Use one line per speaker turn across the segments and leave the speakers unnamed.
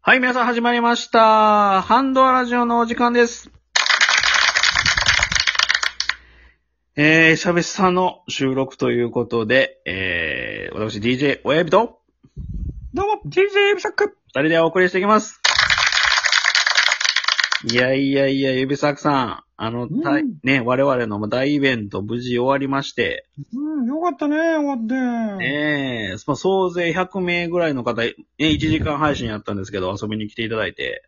はい、皆さん始まりました。ハンドアラジオのお時間です。えー、久々の収録ということで、えー、私 DJ 親指と
どうも、DJ 指サック
二人でお送りしていきます。いやいやいや、指作さん。あの、
ん
たいね、我々の大イベント無事終わりまして、
うん、よかったね、終わって。
ええまあ、総勢100名ぐらいの方、ね、1時間配信やったんですけど、遊びに来ていただいて。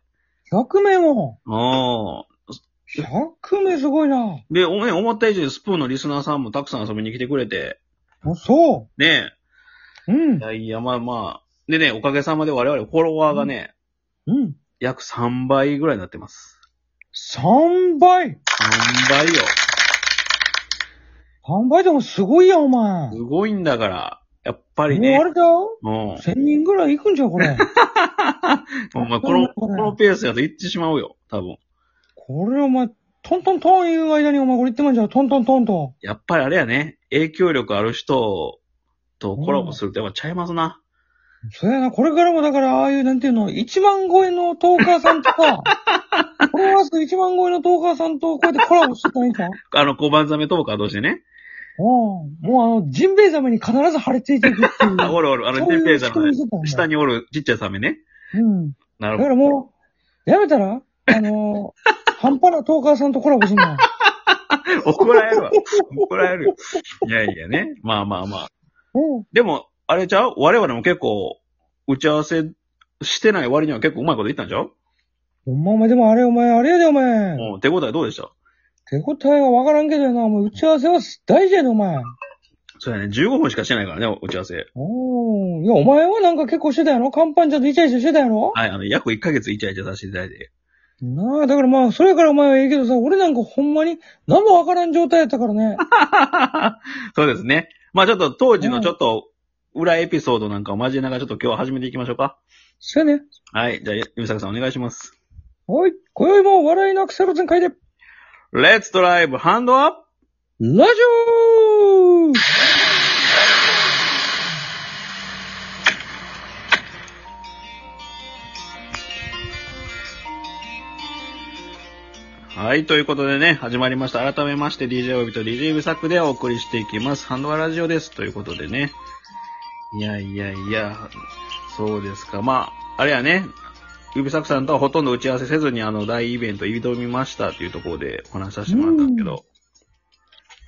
100名も
おー
!100 名すごいな。
で、おね、思った以上にスプーンのリスナーさんもたくさん遊びに来てくれて、
あ、そ
ね
う。うん
い。やいや、まあまあ、でね、おかげさまで我々フォロワーがね、
うん。
約3倍ぐらいになってます。3
3倍
倍よ。
!3 倍でもすごいやん、お前。
す
も
ごいんだから、やっぱ
う
り
あ
ね、
れだよ
も
?1000 人ぐらい行くんじゃん、これ。
う、お前この、このペースやと行ってしまうよ、多分。
これお前、トントントン言う間にお前これ言ってまんじゃん、トントントンと。
やっぱりあれやね、影響力ある人とコラボするとやっぱちゃいますな。
そうやな、これからもだから、ああいう、なんていうの、1万超えのトーカーさんと か、フォロワー数1万超えのトーカーさんとこうやってコラボしてたらいいんじゃん
あの、小判ザメトーカーとしてね。
うんもうあの、ジンベエザメに必ず腫れていていくっていう。
あ、 おるおる、あの、
そう
テ
い
ン
う
ペーザメ
仕組みしてた
の下
んだ
におるちっちゃいサメね。
うん。
な
だ
る
か
ほ
らもう、やめたらあのー、 半端なトーカーさんとコラボすんな。
ど。 怒られるわ。怒られるよ。いやいやね。まあまあまあ。
うん。
でも、あれちゃう我々も結構、打ち合わせしてない割には結構うまいこと言ったんちゃう
ほんまお前でもあれお前、あれやでお前。
もう手応えどうでした
手応えはわからんけどやな、お前打ち合わせは大事やでお前。
そうやね。15分しかしてないからね、打ち合わせ。
おーいや、お前はなんか結構してたやろカンパンちゃんとイチャイチャしてたやろ
はい、あの、約1ヶ月イチャイチャさせていただいて。
なあ、だからまあ、それからお前はええけどさ、俺なんかほんまに何もわからん状態やったか らね。
そうですね。まあちょっと当時
う
の
ん
ちょっと、裏エピソードなんかを交えながらちょっと今日は始めていきましょうか。
そやね。
はい。じゃあ、ゆみさくさんお願いします。
おい、今宵も笑いのアクセル全開で。
Let's drive hand up!
ラジオ
はい、ということでね、始まりました。改めまして、DJ オビと DJ ビサックでお送りしていきます。ハンドワラジオです。ということでね。いやいやいや、そうですか。まあ、あれやね、指サックさんとはほとんど打ち合わせせずに、あの、大イベント挑みましたっていうところでお話しさせてもらったんですけど。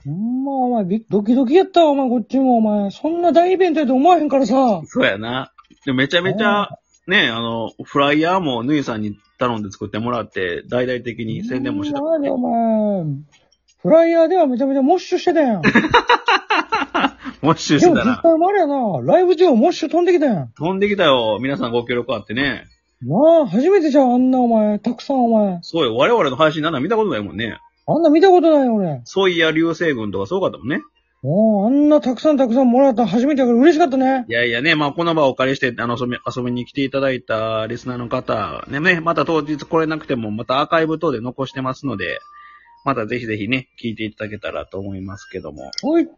ほんま、お前、びドキドキやったわ、お前、こっちも、お前。そんな大イベントやと思わへんからさ。
そうやな。でめちゃめちゃ、ね、あの、フライヤーもヌイさんに頼んで作ってもらって、大々的に宣伝もしてた。
ほんまやでお前。フライヤーではめちゃめちゃモッシュしてた やん。でも
もしして
実
たら。
際もあれやな、ライブ中モッシュ飛んできたやん。な
飛んできたよ。皆さんご協力あってね。
あ、初めてじゃん、あんなお前。たくさんお前。
そうよ。我々の配信なんだ見たことないもんね。
あんな見たことないよ、俺。
ソイや流星群とかすごかったもんね。
もう、あんなたくさんたくさんもらった初めてやから嬉しかったね。
いやいやね、まあ、この場をお借りして、あの、遊び、遊びに来ていただいたリスナーの方、ね、ね、また当日来れなくても、またアーカイブ等で残してますので、またぜひぜひね、聞いていただけたらと思いますけども。
おい、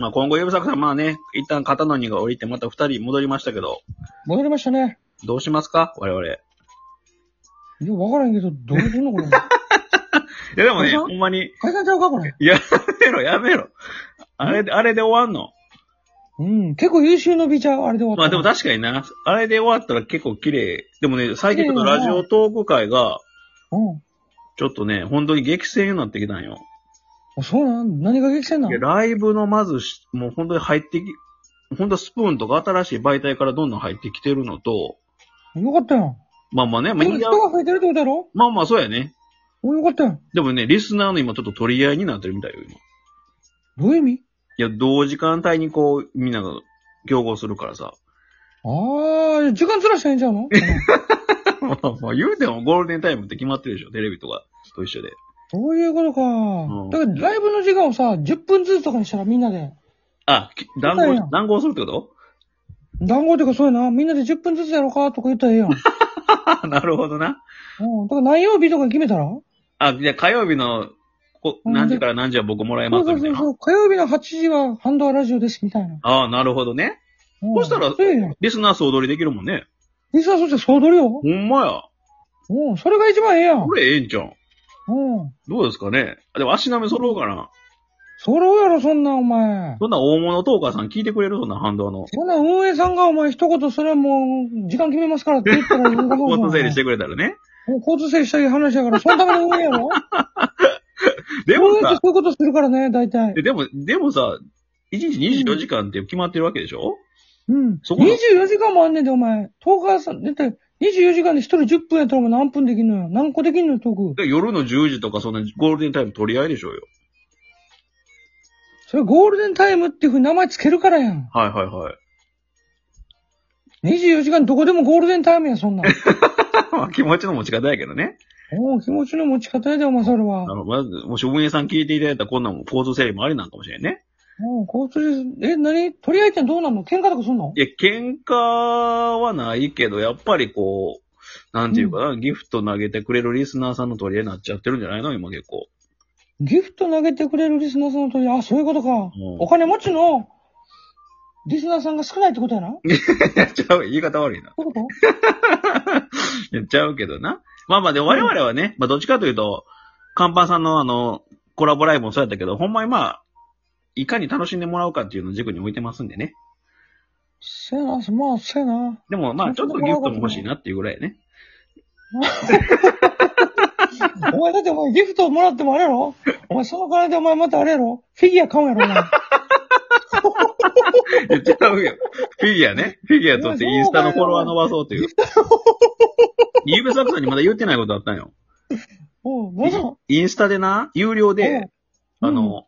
まあ、今後、ゆぶさくさん、まあね、一旦肩の荷が降りて、また二人戻りましたけど、
戻りましたね。
どうしますか我々。い
いや、わからんけど、どうすんの、これ。
や、でもね、
解散
ほんまに、
解散ちゃうか、これ。
やめろ、やめろ。あれで、あれで終わんの
うん、結構優秀の美ちゃう、あれで終わった。
まあでも確かにな、あれで終わったら結構綺麗。でもね、最近ちょっとラジオトーク会が、
うん。
ちょっとね、本当に激戦になってきたんよ。
あそうなん何が激戦ない
や
の
ライブのまずし、もう本当に入ってき、本当スプーンとか新しい媒体からどんどん入ってきてるのと、
よかったやん。
まあまあね、まあ
人
いいや
が増えてるってことやろ
まあまあそうやね。
およかったやん。
でもね、リスナーの今ちょっと取り合いになってるみたいよ、今。
どういう意味
いや、同時間帯にこう、みんなが競合するから さ。
ああ、時間ずらしたらいいんちゃうの
まあまあ言うてもゴールデンタイムって決まってるでしょ、テレビとかと一緒で。
そういうことか。
ん
だからライブの時間をさ、10分ずつとかにしたらみんなで、
あ、き談
そう
合
や、ん
談合するってこと
談合というかそうやな、みんなで10分ずつやろうかとか言っ たらええやん。
あなるほどな。
うん。だから何曜日とかに決めたら
あ、じゃあ火曜日の、こ
うん
何時から何時は僕もらえ
そ
ま
う
す
そう
みたい
そう
な。
そう。火曜日の8時はハンドアラジオです、みたいな。
ああ、なるほどね。
うん
そしたら
そうやん。
リスナー総取りできるもんね。
リスナーそして総取りよ。
ほんまや。
うん、それが一番ええやん。う
これええんちゃうん
ん。
どうですかねあでも足並み揃うかな。
そろうやろ、そんなんお前。
そんな大物トーカーさん聞いてくれるそんな反動の。
そんなん運営さんがお前一言それはもう、時間決めますからって言ったら言うこと。
交通整理しててくれたらね。
もう交通整理したい話やから、そのための運営やろ。
で
運
も
営ってそ
さ、
ういうことするからね、大体。
でも、でもさ、1日24時間って決まってるわけでしょ、
うん。
そこの
24時間もあんねんで、お前。トーカーさん、だって24時間で一人10分やったらお前何分できんのよ。何個できんのよ、トーク。
で夜の10時とかそんなゴールデンタイム取り合いでしょうよ。
それゴールデンタイムっていうふうに名前つけるからやん。
はいはいはい。
24時間どこでもゴールデンタイム や、そんなん。
ま あ気持ちの持ち方やけどね。
おう気持ちの持ち方やで、お前、それ
あ
は。
の、まず、もし運営さん聞いていただいたらこんなんも交通整理もありなんかもしれんね。
おう交通で、え、何取り合いってどうなんの喧嘩とかすんの
いや、喧嘩はないけど、やっぱりこう、なんていうかな、ギフト投げてくれるリスナーさんの取り合いになっちゃってるんじゃないの今結構。
ギフト投げてくれるリスナーさんの取り合い、あ、そういうことか。お金持ちのリスナーさんが少ないってことやな。
やっちゃう、言い方悪いな。
そういうこ
やっちゃうけどな。まあまあ、で、我々はね、まあどっちかというと、カンパンさんのあの、コラボライブもそうやったけど、ほんまにまあ、いかに楽しんでもらうかっていうのを軸に置いてますんでね。
とせやな、まあ、せやな。
でもまあ、ちょっとギフトも欲しいなっていうぐらいね。
お前だってお前ギフトもらってもあれやろお前その金でお前またあれやろフィギュア買うんやろお前。
言っちゃうよ。フィギュアね。フィギュアとしてインスタのフォロワー伸ばそうという。ゆうべさくさんにまだ言ってないことあったんよ。
おう、どうぞ。
インスタでな、有料で、
うん
あの、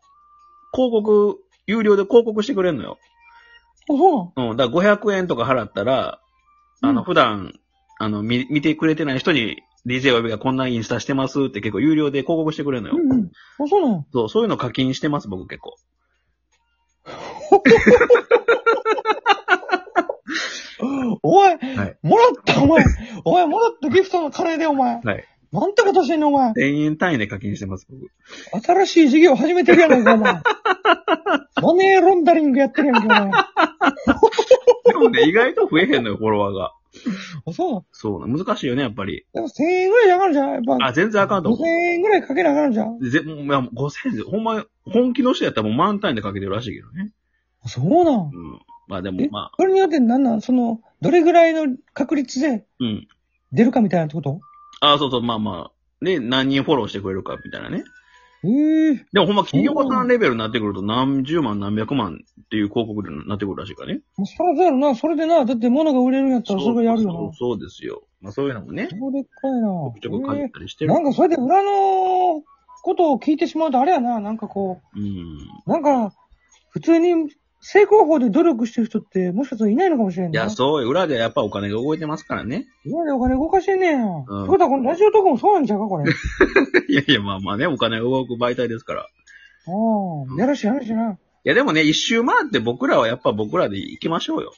広告、有料で広告してくれんのよ。
おう、そ
うん、だから500円とか払ったら、あ
うん
の、普段、あの、見、見てくれてない人に、DJ およびがこんなインスタしてますって結構有料で広告してくれるの
う
よ。
なんうんうん。お、そうなん
そう、そういうの課金してます、僕結構。
お前、
はい
もらったお前、お前もらったギフトの金でお前。
はい。
なんてことしてんのお前。
1000円単位で課金してます、僕。
新しい事業始めてるやないか お前。マネーロンダリングやってるやんか
でもね、意外と増えへんのよ、フォロワーが。
お前。あ、そうなん
そうな、難しいよね、やっぱり。
でも1000円ぐらいかかるじゃん。やっぱ
あ、全然あかんと
5000
思
円ぐらいかけなあかんじゃん。
う。ぜ、もういやもう5000円、ほんま、本気の人やったらもう満単位でかけてるらしいけどね。
あそうなん
うん。まあで
え
も、まあ、
それによってなんなんその、どれぐらいの確率で
うん。
出るかみたいなってこと
あ、そうそう、まあまあ。で、何人フォローしてくれるか、みたいなね。
ええ
でもほんま企業さんレベルになってくると何十万何百万っていう広告になってくるらしいからね。
もうそらそうやろな。それでな、だって物が売れるんやったらそれがや
そ
る
う
よ
そうそうですよ。まあそういうのもね
な。、そうでっかい
ちょくちょく
な。
感
え
じたりして
え
る。
なんかそれで裏のことを聞いてしまうとあれやな。なんかこ
うん。
う、なんか、普通に正攻法で努力してる人ってもしかしたらいないのかもしれ
い
んな
や、
い。
そうよ。裏ではやっぱお金が動いてますからね。
今でお金動かしてんねや。って
うん
ことはこのラジオとかもそうなんちゃうか、これ。あ
いやいや、まあまあね、お金が動く媒体ですから。い
あ、やらしい話やな。
や、でもね、一周回って僕らはやっぱ僕らで行きましょうよ。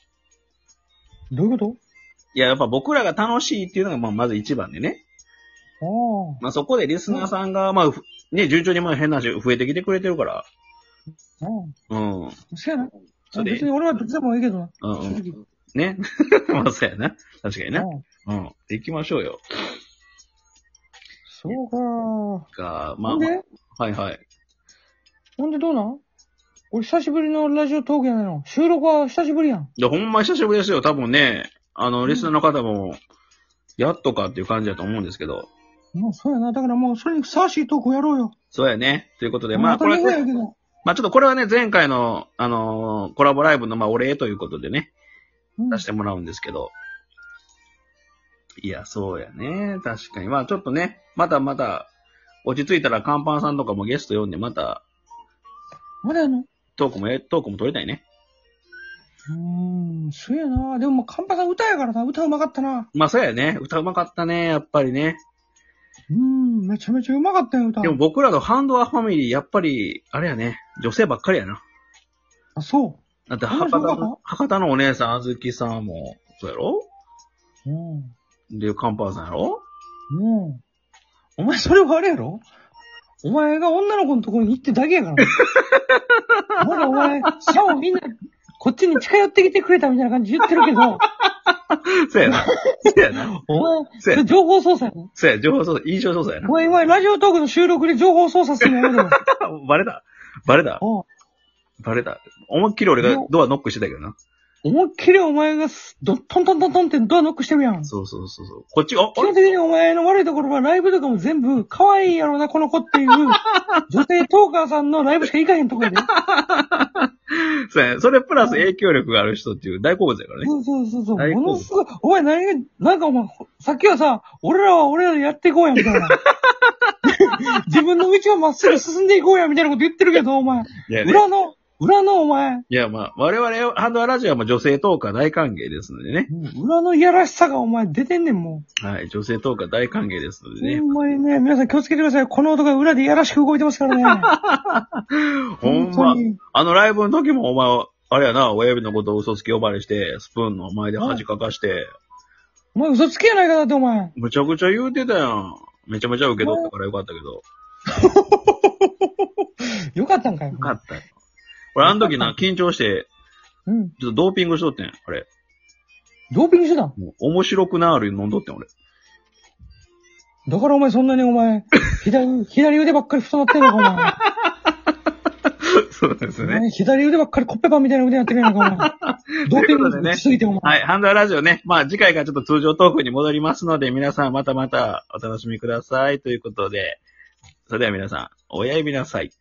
どういうこ
いや、やっぱ僕らが楽しいっていうのがまあまず一番でね。
と
まあそこでリスナーさんが、まあ、ふね、順調にまあ変な話増えてきてくれてるから。
ああ、あ
うん。
あ、そうやな。
それで
別に俺はどっちでもいいけどな。
うんう
正
ん。
直。
ね。 まあそうやな。確かにな。
うん
うん。行きましょうよ。
そう
か、
か。
ま
な
あ、
ん
ま
で
あ、はいはい。
なんでどうなん俺久しぶりのラジオトークやないの。収録は久しぶりやん。
で、ほんま久しぶりですよ。多分ね、あの、リスナーの方も、やっとかっていう感じだと思うんですけど。
もうそうやな。だからもうそれにふさわしいトークをやろうよ。
そうやね。ということで、まあ、こ
当た
れ
り、前やけど。
まあちょっとこれはね、前回の、あのーコラボライブの、まあ、お礼ということでね、
うん
出してもらうんですけど。いや、そうやね。確かに。まあ、ちょっとね、またまた、落ち着いたら、カンパンさんとかもゲスト呼んで、また、
まだやの
トークもや、トークも取りたいね。
うーん、そうやな。でももうカンパさん歌やからな。歌うまかったな。
まあ、そうやね。歌うまかったね、やっぱりね。
うーん、めちゃめちゃうまかったよ、歌。
でも僕らのハンドアファミリー、やっぱり、あれやね、女性ばっかりやな。
あ、そ
だって
あ
博多
そうなの
の、博多のお姉さん、あずきさんも、そうやろ
う。うん。
で、カンパンさんやろ
うん。お前それはあれやろお前が女の子のところに行ってだけやから。まだお前、シャオみんな、こっちに近寄ってきてくれたみたいな感じで言ってるけど、
そうやな。そうやな。
お前、
そ
そう
や
れ情報操作やな。
そうや、情報操作、印象操作やな
お。前、今、ラジオトークの収録で情報操作するのやめろ。
バレたバレた
おう
バレた。思いっきり俺がドアノックしてたけどな。
思いっきりお前がす、ど、トントントントンってドアノックしてるやん。基
そうそうそうそう。こっち、あ、あれ
本的にお前の悪いところはライブとかも全部、可愛いやろな、この子っていう、女性トーカーさんのライブしか行かへんとこやで。
そうやねそれプラス影響力がある人っていう大好物やからね。
そうそうそうそう。
大好
も
物
のすごい。お前何が、なんかお前、さっきはさ、俺らは俺らでやっていこうや、みたいな。 自分の道をまっすぐ進んでいこうや、みたいなこと言ってるけど、お前。
いやね。
裏の、裏のお前、
いや、まあ、我々、ハンドアラジオはまあ女性トーカー大歓迎ですのでね。
裏のいやらしさがお前出てんねん、も
はい、女性トーカー大歓迎ですの
う。
でね
ほ。んまにね、皆さん気をつけてください。この男が裏でいやらしく動いてますからね。
ほん
本
ま
当、に
あのライブの時もお前は、あれやな、親指のことを嘘つき呼ばれして、スプーンの前で恥かかして、
お前嘘つきやないかだって、お前。
むちゃくちゃ言うてたやん。めちゃめちゃ受け取ったからよかったけど。
よかったんかい。
よかったよ。俺、あの時な、緊張して、
うん。
ちょっとドーピングしとってん、あれ。
ドーピング手段。
もう面白くなる飲んどってん、俺。
だからお前そんなにお前、左、左腕ばっかり太なってんのか、お前。
そうですね。
ね左腕ばっかりコッペパンみたいな腕になってくれない か、お前。ドーピングしすぎて、お前。
はい、ハンドアラジオね。まあ、次回がちょっと通常トークに戻りますので、皆さんまたまたお楽しみください。ということで、それでは皆さん、おやすみなさい。